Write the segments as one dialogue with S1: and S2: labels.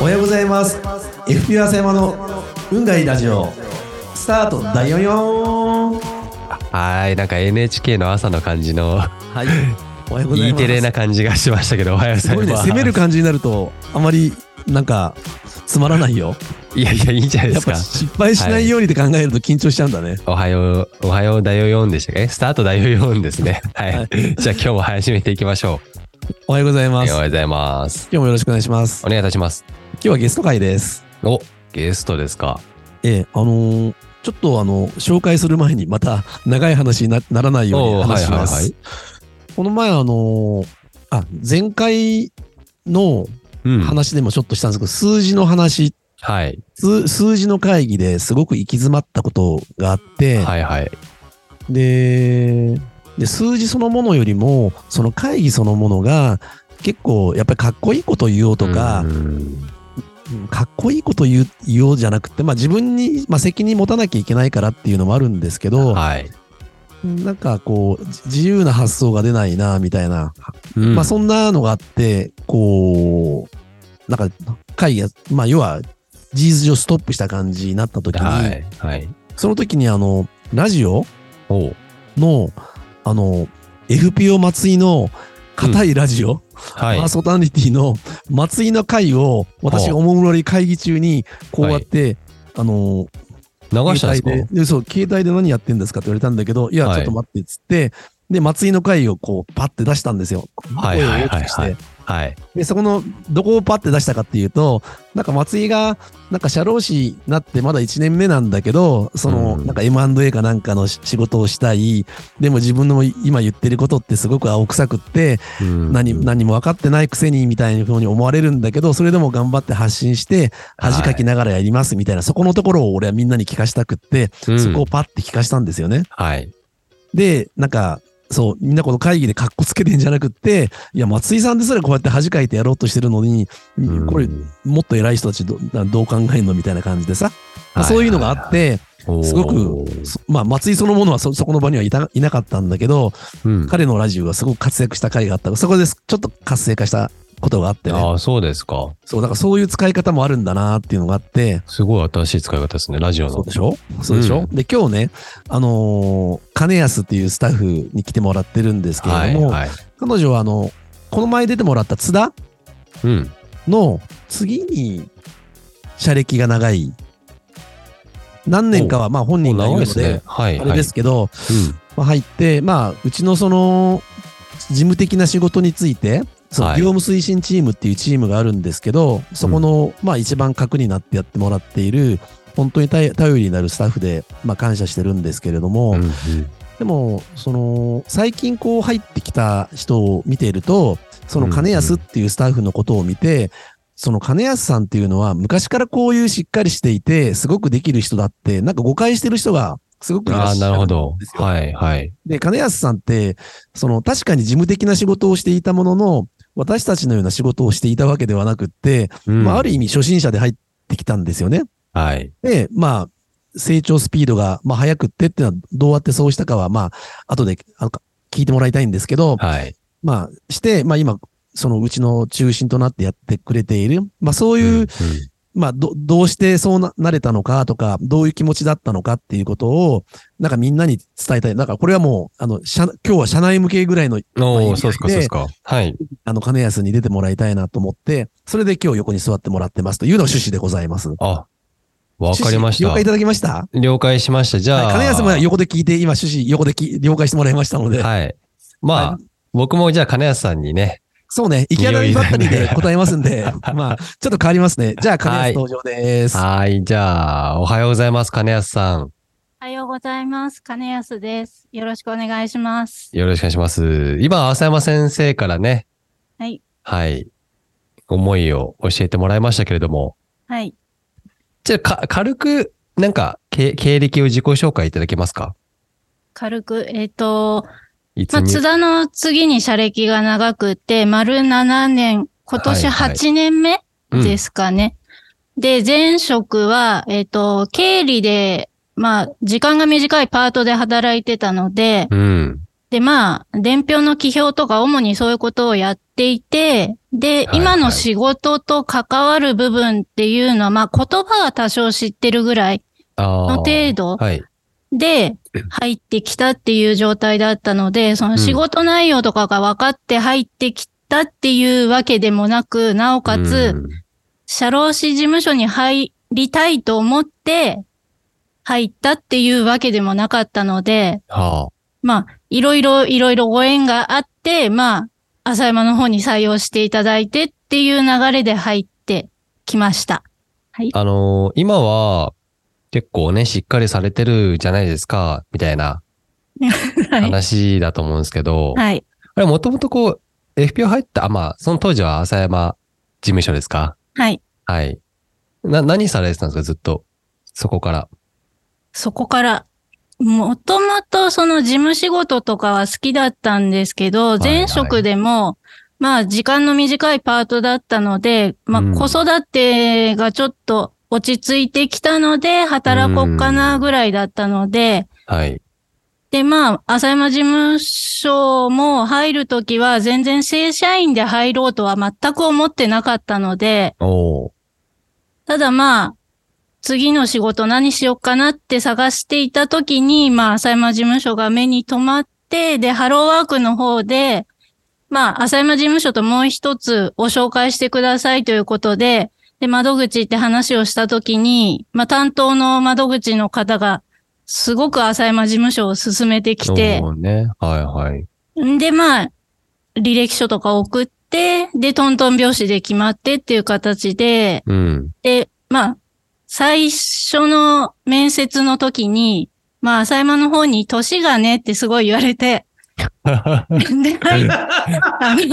S1: おはようございます FP 浅山の運がいいラジオスタートだよよ
S2: はい、なんか NHK の朝の感じの、
S1: はいおはようござい
S2: E
S1: ます
S2: テレな感じがしましたけど、おはようござ
S1: す
S2: い
S1: ごいね
S2: ます。
S1: 攻める感じになるとあまりなんかつまらないよ
S2: いやいや、いいんじゃないで
S1: やっ
S2: すか
S1: ぱ。失敗しないようにって考えると緊張しちゃうんだね、
S2: おはよう、おはようだよ4でしたっけスタートだよ4ですね。はい。
S1: は
S2: じゃあ今日も始めていきましょう。
S1: おはようござい
S2: おは
S1: ます
S2: よう
S1: 今
S2: ございます。
S1: 日もよろしくお願いします
S2: お願いいたします。
S1: 今日はゲスト会です
S2: お、ゲストですか。
S1: ええあのーちょっとあの紹介する前にまた長い話になならないように
S2: おー
S1: 話します、
S2: はいはい
S1: この前あのーあ前回の
S2: うん。
S1: 話でもちょっとしたんですけど、数字の話、
S2: はい。
S1: 数数字の会議ですごく行き詰まったことがあって、
S2: はいはい。
S1: で、で、数字そのものよりも、その会議そのものが、結構やっぱりかっこいいこと言おうとか
S2: う、ん
S1: かっこいいこと言う言おうじゃなくて、まあ自分に、まあ、責任持たなきゃいけないからっていうのもあるんですけど、
S2: はい。
S1: なんかこう、じ自由な発想が出ないな、みたいな
S2: うん
S1: まあそんなのがあって、こう、なんか会議が、まあ要は事実上ストップした感じになった時に、
S2: はい。はい。
S1: その時にあの、ラジオ
S2: おう
S1: の、あの、FPO 松井の硬いラジオ、
S2: はい
S1: パー。ソナリティの松井の会を、私
S2: はあ
S1: おもむろに会議中に、こうやって、あの、
S2: 流したん
S1: 携
S2: ですか
S1: 帯でで、そう、携帯で何やってんですかって言われたんだけど、いや、
S2: はい
S1: ちょっと待ってっつって、で、松井の会をこう、パッて出したんですよ。
S2: はいはいはいは
S1: 声を
S2: い
S1: 大きくして。
S2: はい。
S1: で、そこの、どこをパッて出したかっていうと、なんか松井が、なんか社労士になってまだ1年目なんだけど、その、
S2: うん
S1: なんか M&A かなんかのし仕事をしたい、でも自分の今言ってることってすごく青臭くって、
S2: うん
S1: 何、何も分かってないくせにみたいな風に思われるんだけど、それでも頑張って発信して、恥かきながらやりますみたいな、そこのところを俺はみんなに聞かしたくって、
S2: うん
S1: そこをパッて聞かしたんですよね。
S2: はい。
S1: で、なんか、そう、みんなこの会議で格好つけてんじゃなくって、いや、松井さんですらこうやって恥かいてやろうとしてるのに、
S2: うん
S1: これ、もっと偉い人たちどどう考えんのみたいな感じでさ、
S2: はい
S1: そういうのがあって、
S2: おー
S1: すごく、そまあ、松井そのものはそそこの場にはいたいなかったんだけど、
S2: うん。
S1: 彼のラジオがすごく活躍した回があった。そこですちょっと活性化したことがあってね。
S2: ああ、そうですか。
S1: そう、だからそういう使い方もあるんだなっていうのがあって、
S2: すごい新しい使い方ですね、ラジオ
S1: そ
S2: の
S1: うで。しょそうでしょ、
S2: うん
S1: で、今日ね、あのー金安っていうスタッフに来てもらってるんですけれども、
S2: はい。
S1: 彼女はあの、この前出てもらった津田
S2: うん。
S1: の次に、社歴が長い。何年かは、まあ本人が言う
S2: 長い
S1: の
S2: です
S1: で、
S2: ね。はい。
S1: あれですけど、
S2: はい。うん
S1: まあ、入って、まあ、うちのその、事務的な仕事について、そう
S2: はい
S1: 業務推進チームっていうチームがあるんですけど、そこの、まあ一番核になってやってもらっている、本当に頼頼りになるスタッフで、まあ感謝してるんですけれども、
S2: うんうん
S1: でも、その、最近こう入ってきた人を見ていると、その金安っていうスタッフのことを見て、その金安さんっていうのは昔からこういうしっかりしていて、すごくできる人だって、なんか誤解してる人がすごくいら
S2: あ
S1: っ
S2: あ、
S1: しゃ
S2: なる
S1: る
S2: ほ
S1: ん
S2: ど
S1: です。よ。
S2: はい、はい。
S1: で、金安さんって、その確かに事務的な仕事をしていたものの、私たちのような仕事をしていたわけではなくって、
S2: うん
S1: まあある意味初心者で入ってきたんですよね。
S2: はい。
S1: で、まあ、成長スピードが、まあ、早くってってのは、どうやってそうしたかは、まあ、後で、あの、聞いてもらいたいんですけど、
S2: はい。
S1: まあ、して、まあ、今、そのうちの中心となってやってくれている、まあ、そういう、
S2: うん
S1: まあ、ど、どうしてそうな、なれたのかとか、どういう気持ちだったのかっていうことを、なんかみんなに伝えたい。なんかこれはもう、あの、社、今日は社内向けぐらいの、
S2: うんお
S1: ま
S2: お、
S1: あ
S2: そうですか、そうですか。はい。
S1: あの、金安に出てもらいたいなと思って、それで今日横に座ってもらってますというのが趣旨でございます。
S2: あ、わかりま
S1: 趣旨
S2: し
S1: 了
S2: た
S1: 解い。ただきました
S2: 了解しました。じゃ
S1: はい
S2: あ。
S1: 金安も横で聞いて、今、趣旨横でき了解してもらいましたので、
S2: はい。ま
S1: は
S2: あ、僕もじゃあ、金安さんにね。
S1: そうね、行き当たりばったりで答えますん で、まあ、ちょっと変わりますね。じゃあ、金
S2: は
S1: 安
S2: い
S1: 登場です。
S2: はい、じゃあ、おはようございます、金安さん。
S3: おはようございます。金安です。よろしくお願いします。
S2: よろしくお願いします。今、浅山先生からね。
S3: はい。
S2: はい。思いを教えてもらいましたけれども。
S3: はい。
S2: じゃあ、か、軽く、なんか、け経歴を自己紹介いただけますか
S3: 軽く、えっ、と、
S2: いつ
S3: まあ、
S2: に、
S3: 津田の次に社歴が長くて、丸7年、今年
S2: はいはい
S3: 8年目
S2: うん
S3: ですかね。で、前職は、えっ、と、経理で、まあ、時間が短いパートで働いてたので、
S2: うん。
S3: で、まあ、伝票の記表とか主にそういうことをやっていて、で、
S2: はい
S3: 今の仕事と関わる部分っていうのは、まあ、言葉は多少知ってるぐらい
S2: あ
S3: の
S2: あ。
S3: 程度
S2: はい。
S3: で入ってきたっていう状態だったので、その仕事内容とかが分かって入ってきたっていうわけでもなく、なおかつ、
S2: うん
S3: 社労士事務所に入りたいと思って入ったっていうわけでもなかったので、
S2: は
S3: まあ、いろいろ、いろいろご縁があって、まあ、浅山の方に採用していただいてっていう流れで入ってきました。はい。
S2: あ。あのー今は、結構ね、しっかりされてるじゃないですか、みたいな
S3: はい。
S2: 話だと思うんですけど、
S3: はい。
S2: あれ、もともとこう、FPO 入った、あ、まあ、その当時は浅山事務所ですか
S3: はい。
S2: はい。な、何されてたんですかずっと。そこから。
S3: そこから、もともとその事務仕事とかは好きだったんですけど、
S2: い
S3: 前職でも、まあ時間の短いパートだったので、まあ
S2: うん
S3: 子育てがちょっと落ち着いてきたので、働こうかなぐらいだったので、
S2: はい。
S3: で、まあ、浅山事務所も入るときは全然正社員で入ろうとは全く思ってなかったので、
S2: おー
S3: ただまあ、次の仕事何しようかなって探していた時に、まあ、浅山事務所が目に留まって、で、ハローワークの方で、まあ、浅山事務所ともう一つを紹介してくださいということで、で、窓口って話をした時に、まあ、担当の窓口の方が、すごく浅山事務所を進めてきて、
S2: そうね。はいはい。
S3: んで、まあ、履歴書とか送って、で、トントン拍子で決まってっていう形で、
S2: うん。
S3: で、まあ、最初の面接の時に、まあ、浅山の方に年がねってすごい言われて、で、はい。あ
S2: あー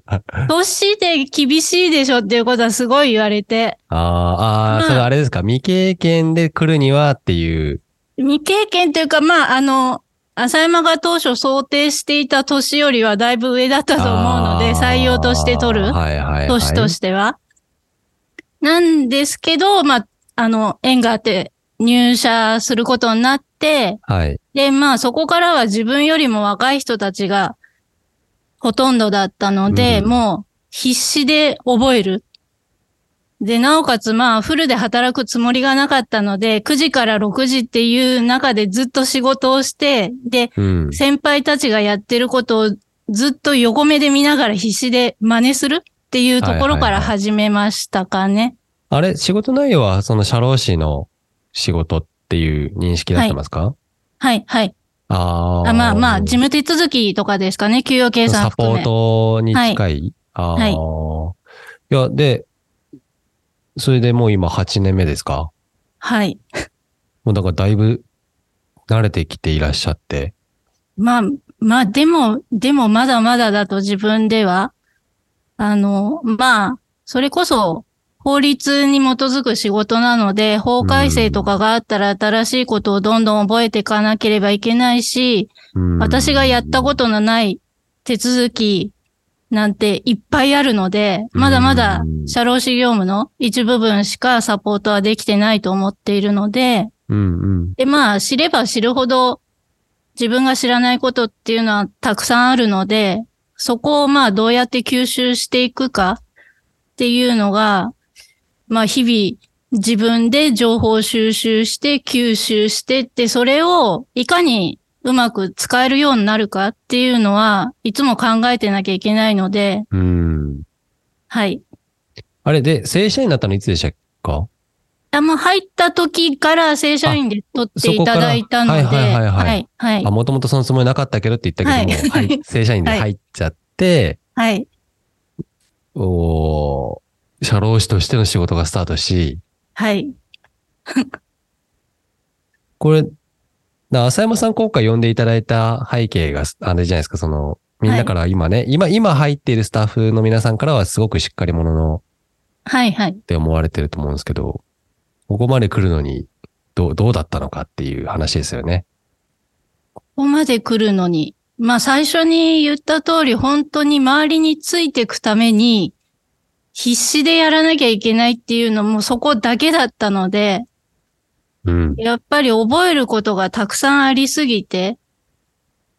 S3: の、年で厳しいでしょっていうことはすごい言われて、
S2: あ
S3: まあ
S2: ー、それあれですか。未経験で来るにはっていう。
S3: 未経験というか、まあ、あの、浅山が当初想定していた年よりはだいぶ上だったと思うので、
S2: あー
S3: 採用として取る。
S2: はいはい、はい。
S3: 都市としては。なんですけど、まあ、あの、縁があって入社することになって、
S2: はい。
S3: で、まあそこからは自分よりも若い人たちがほとんどだったので、
S2: うん
S3: もう必死で覚える。で、なおかつまあフルで働くつもりがなかったので、9時から6時っていう中でずっと仕事をして、で、
S2: うん。
S3: 先輩たちがやってることをずっと横目で見ながら必死で真似するっていうところから始めましたかね。
S2: あれ、仕事内容はその社労士の仕事っていう認識だってますか、
S3: はい、はい。
S2: ああ。
S3: あまあまあ、事務手続きとかですかね、給与計算
S2: サ
S3: 含
S2: ポ
S3: め
S2: ー。トに近い、ああ、い。や、で、それでもう今8年目ですか
S3: はい。
S2: もうだからだいぶ慣れてきていらっしゃって。
S3: まあ、まあ、でも、でもまだまだだと自分では、あの、まあ、それこそ法律に基づく仕事なので、法改正とかがあったら新しいことをどんどん覚えていかなければいけないし、
S2: うん
S3: 私がやったことのない手続きなんていっぱいあるので、まだまだ
S2: うん
S3: 社労士業務の一部分しかサポートはできてないと思っているので、
S2: うんうん。
S3: で、まあ知れば知るほど自分が知らないことっていうのはたくさんあるので、そこをまあどうやって吸収していくかっていうのが、まあ日々自分で情報収集して吸収してって、それをいかにうまく使えるようになるかっていうのはいつも考えてなきゃいけないので、
S2: うん。
S3: はい。
S2: あれで、正社員になったのいつでしたか
S3: あもう入った時から正社員で取っていただいたので、
S2: あそこからはいはいはいはい
S3: はい。はい
S2: あ、もともとそのつもりなかったけどって言ったけども、
S3: はい
S2: はい正社員で入っちゃって、
S3: はい。
S2: おー社労士としての仕事がスタートし、
S3: はい。
S2: これ、な浅山さん今回呼んでいただいた背景が、あれじゃないですか、その、みんなから今ね、今、今入っているスタッフの皆さんからはすごくしっかり者の
S3: はいはい
S2: っ。て思われてると思うんですけど、ここまで来るのに、どう、どうだったのかっていう話ですよね。
S3: ここまで来るのに。まあ最初に言った通り、本当に周りについていくために、必死でやらなきゃいけないっていうのもそこだけだったので、
S2: うん。
S3: やっぱり覚えることがたくさんありすぎて、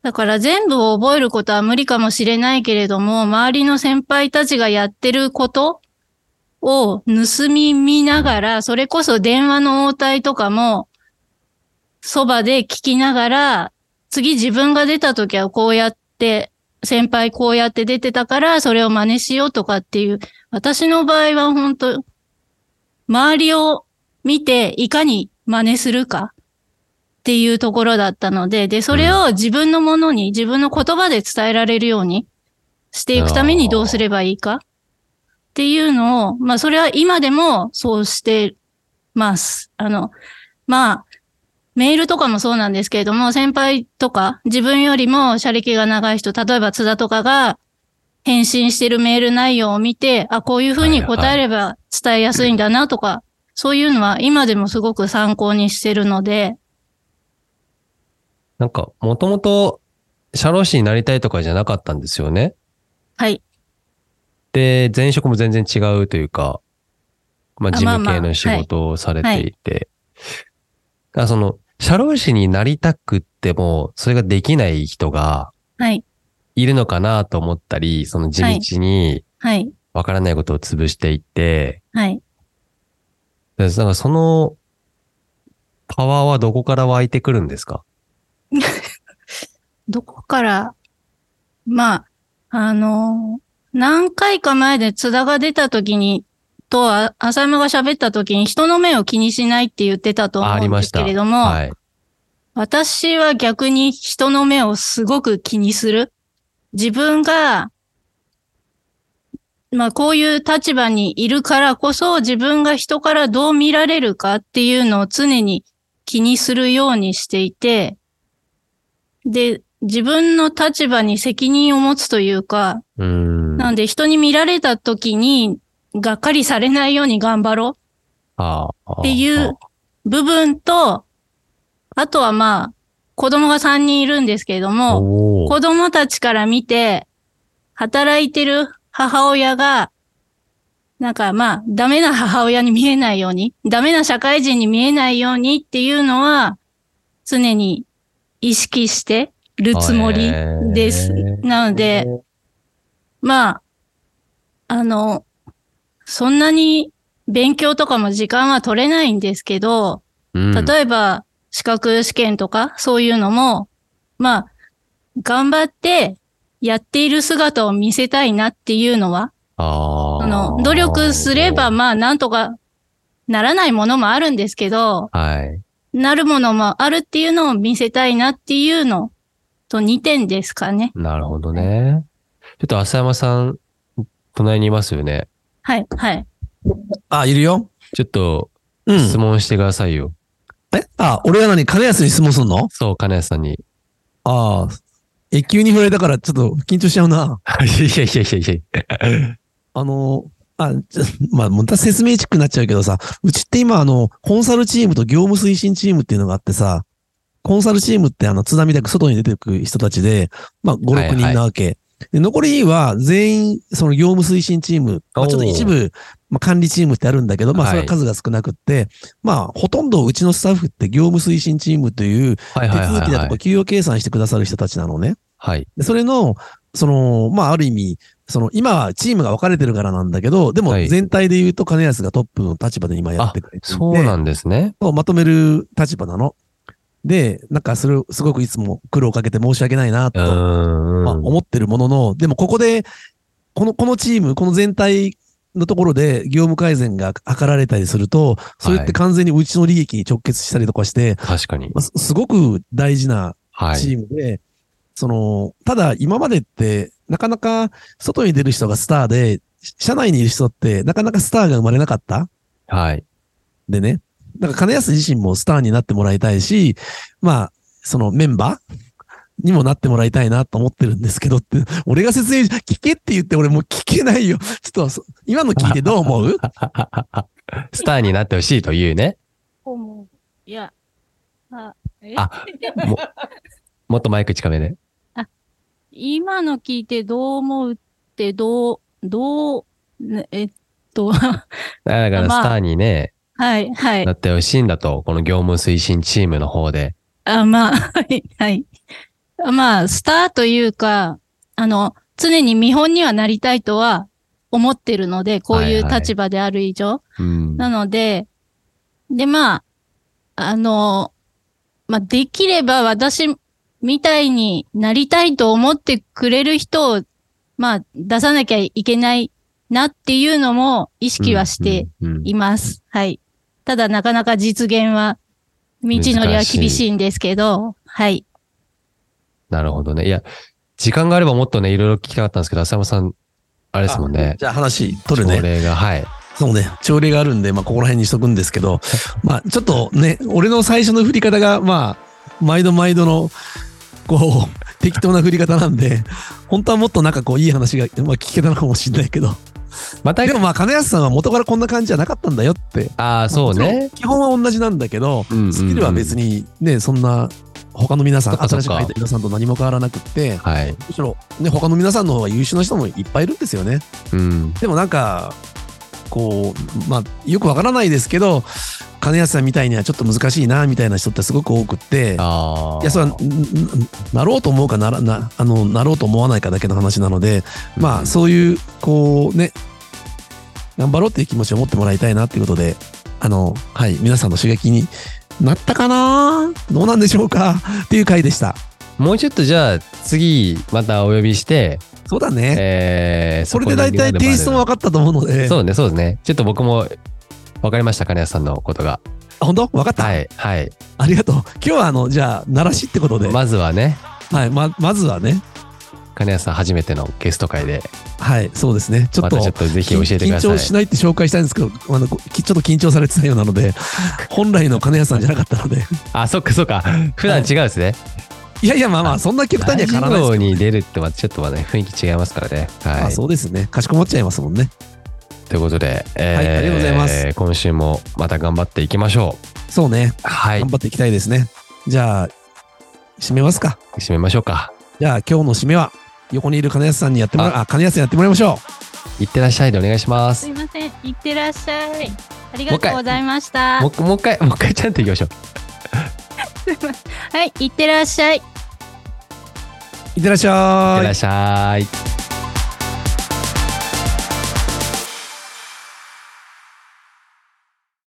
S3: だから全部を覚えることは無理かもしれないけれども、周りの先輩たちがやってることを盗み見ながら、それこそ電話の応対とかも、そばで聞きながら、次自分が出た時はこうやって、先輩こうやって出てたから、それを真似しようとかっていう、私の場合は本当周りを見て、いかに真似するかっていうところだったので、で、それを自分のものに、自分の言葉で伝えられるようにしていくためにどうすればいいかっていうのを、まあ、それは今でもそうしてます。あの、まあ、メールとかもそうなんですけれども、先輩とか、自分よりも車歴が長い人、例えば津田とかが返信してるメール内容を見て、あ、こういうふうに答えれば伝えやすいんだなとか、そういうのは今でもすごく参考にしてるので、
S2: なんか、もともと、社労士になりたいとかじゃなかったんですよね。
S3: はい。
S2: で、前職も全然違うというか、まあ、
S3: あ
S2: 事務
S3: まあ
S2: 系
S3: まあ
S2: の仕事をされていて、あその、社労士になりたくっても、それができない人が
S3: はい。
S2: いるのかなと思ったり、その地道に
S3: はい。
S2: わからないことを潰していって、
S3: はい。
S2: でなんかその、パワーはどこから湧いてくるんですか
S3: どこから、まあ、あの何回か前で津田が出た時に、と、あ浅山が喋った時に人の目を気にしないって言ってたと
S2: ああ
S3: 思う
S2: り
S3: ん
S2: ま
S3: で
S2: し
S3: す
S2: た。
S3: けれども、
S2: はい。
S3: 私は逆に人の目をすごく気にする。自分が、まあこういう立場にいるからこそ自分が人からどう見られるかっていうのを常に気にするようにしていて、で、自分の立場に責任を持つというか、
S2: うーん。
S3: なんで人に見られた時にがっかりされないように頑張ろう
S2: ああ
S3: ってい
S2: ああ
S3: う部分と、あとはまあ、子供が3人いるんですけれども、
S2: おー
S3: 子供たちから見て、働いてる母親が、なんかまあ、ダメな母親に見えないように、ダメな社会人に見えないようにっていうのは、常に意識してるつもりです。
S2: へー
S3: なので、まあ、あの、そんなに勉強とかも時間は取れないんですけど、
S2: うん
S3: 例えば資格試験とかそういうのも、まあ、頑張ってやっている姿を見せたいなっていうのは、
S2: あ
S3: あの、努力すれば
S2: ま
S3: まあなんとかならないものもあるんですけど、
S2: はい。
S3: なるものもあるっていうのを見せたいなっていうのと2点ですかね。
S2: なるほどね。ちょっと浅山さん、隣にいますよね。
S3: はい、はい。
S1: あ、いるよ。
S2: ちょっと
S1: うん。
S2: 質問してくださいよ。
S1: えあ、俺は何金安に質問すんの
S2: そう、金谷さんに。い
S1: ああ。え、急に振られたからちょっと緊張しちゃうな。
S2: やいやいやいやいや。
S1: あの、あ、 じゃまあ、また説明チックになっちゃうけどさ、うちって今あの、コンサルチームと業務推進チームっていうのがあってさ、コンサルチームってあの、津波だく外に出てく人たちで、まあ、5、
S2: はいは
S1: 6
S2: い
S1: 人なわけ。で残りは全員、その業務推進チーム、まあ、
S2: おー
S1: ちょっと一部、まあ、管理チームってあるんだけど、まあ、それは
S2: は
S1: い数が少なくって、まあ、ほとんどうちのスタッフって業務推進チームという、
S2: はい
S1: 手
S2: はい
S1: 続きだ
S2: はい
S1: と
S2: は
S1: か
S2: い。
S1: 給与計算してくださる人たちなのね。
S2: はい。
S1: でそれの、その、まあ、ある意味、その、今はチームが分かれてるからなんだけど、でも
S2: はい
S1: 全体で言うと金安がトップの立場で今やってくれていて、
S2: そうなんですね。
S1: そうまとめる立場なの。で、なんかそれをすごくいつも苦労かけて申し訳ないな
S2: う
S1: と、
S2: ん。
S1: まあ、思ってるものの、でもここで、この、このチーム、この全体のところで業務改善が図られたりすると、それって完全にうちの利益に直結したりとかして、
S2: 確かに。
S1: まあすすごく大事な
S2: は
S1: チ
S2: い。
S1: ームで、その、ただ今までって、なかなか外に出る人がスターで、し社内にいる人って、なかなかスターが生まれなかった
S2: はい。
S1: でね。だから金安自身もスターになってもらいたいし、まあ、そのメンバーにもなってもらいたいなと思ってるんですけどって、俺が説明、聞けって言って俺もう聞けないよ。ちょっとそ、今の聞いてどう思う
S2: スターになってほしいというね。
S3: いや、あ、え
S2: あもっとマイク近めで。
S3: 今の聞いてどう思うって、どう、どう、ねえっと、
S2: だから
S3: まあ
S2: スターにね、
S3: はい、はい
S2: な。ってほしいんだと、この業務推進チームの方で。
S3: あ、まあ、はい、はい。まあ、スターというか、あの、常に見本にはなりたいとは思ってるので、こういう立場である以上。
S2: うん。
S3: なので、で、まあ、あの、まあ、できれば私みたいになりたいと思ってくれる人を、まあ、出さなきゃいけないなっていうのも意識はして
S2: うん、うん
S3: います。はい。ただ、なかなか実現は、道のりは厳しいんですけど、はい。
S2: なるほどね。いや、時間があればもっとね、いろいろ聞きたかったんですけど、浅山さん、あれですもんね。
S1: じゃあ話取る
S2: 朝
S1: ね。
S2: 礼が、はい。
S1: そうね。朝礼があるんで、まあ、ここら辺にしとくんですけど、まあ、ちょっとね、俺の最初の振り方が、まあ、毎度毎度の、こう、適当な振り方なんで、本当はもっとなんかこう、いい話が、まあ、聞けたのかもしれないけど、
S2: また
S1: で、もまあ、金安さんは元からこんな感じじゃなかったんだよって。
S2: ああ、そうね。
S1: 基本は同じなんだけど、
S2: うんうんうん
S1: スキルは別にね、そんな、他の皆さん、
S2: そっかそっ
S1: 新
S2: か
S1: しく入った皆さんと何も変わらなくって、
S2: はい。
S1: むしろ、ね、他の皆さんの方が優秀な人もいっぱいいるんですよね。
S2: うん。
S1: でもなんか、こう、まあ、よくわからないですけど、金安さんみたいにはちょっと難しいな、みたいな人ってすごく多くって、
S2: ああ。
S1: いや、それは、んんなろうと思うかなら、な、あの、なろうと思わないかだけの話なので、ま
S2: う
S1: あ、
S2: ん
S1: そういう、こうね、頑張ろうっていう気持ちを持ってもらいたいなっていうことで、あの、はい、皆さんの刺激になったかなどうなんでしょうかっていう回でした。
S2: もうちょっとじゃあ、次、またお呼びして、
S1: そうだね。
S2: えー、
S1: それで大体テイストも分
S2: わ
S1: かったと思うので、
S2: そうね、そうですね。ちょっと僕も、わかりました、金谷さんのことが。
S1: あ本当分かった、
S2: はい、はい。
S1: ありがとう。今日は、あの、じゃあ、鳴らしってことで、
S2: まずはね、
S1: はい、ま、まずはね、
S2: 金谷さん初めてのゲスト会で、
S1: はい、そうですね。ちょっ
S2: ま
S1: と、
S2: たちょっとぜひ教えてくださ
S1: 緊
S2: い
S1: 張。しないって紹介したいんですけど、あのこきちょっと緊張されてたようなの で、本来の金谷さんじゃなかったので、
S2: あ、そっかそっか。普段違うんですね。
S1: いやいや、まあまあ、そんな 極端には変わらないですけ
S2: ラジ
S1: ど
S2: オに出るって、またちょっとはね、雰囲気違いますからね。
S1: ま
S2: は
S1: あ
S2: い。
S1: そうですね。かしこまっちゃいますもんね。
S2: ということで、え
S1: はいありがとうございます
S2: 今週もまた頑張っていきましょ
S1: そうね。
S2: う。はい
S1: 頑。張っていきたいですね。じゃあ、締めますか。
S2: 締めましょうか。
S1: じゃあ、今日の締めは、横にいる金安さんにやってもらう、あ、金安さんやってもらいましょ
S2: いってらっしゃいでお願いしますす。
S3: い
S2: も
S3: ません。いってらっしゃい。あり
S2: が
S3: が
S2: と
S3: と
S2: う
S3: う
S2: ござ
S3: ございました。
S2: うもう一回、もう一回ちゃんといきましょう。
S3: はい、いってらっしゃい。
S1: う。いってらっしゃー
S2: いって
S1: い
S2: らっ。しゃい。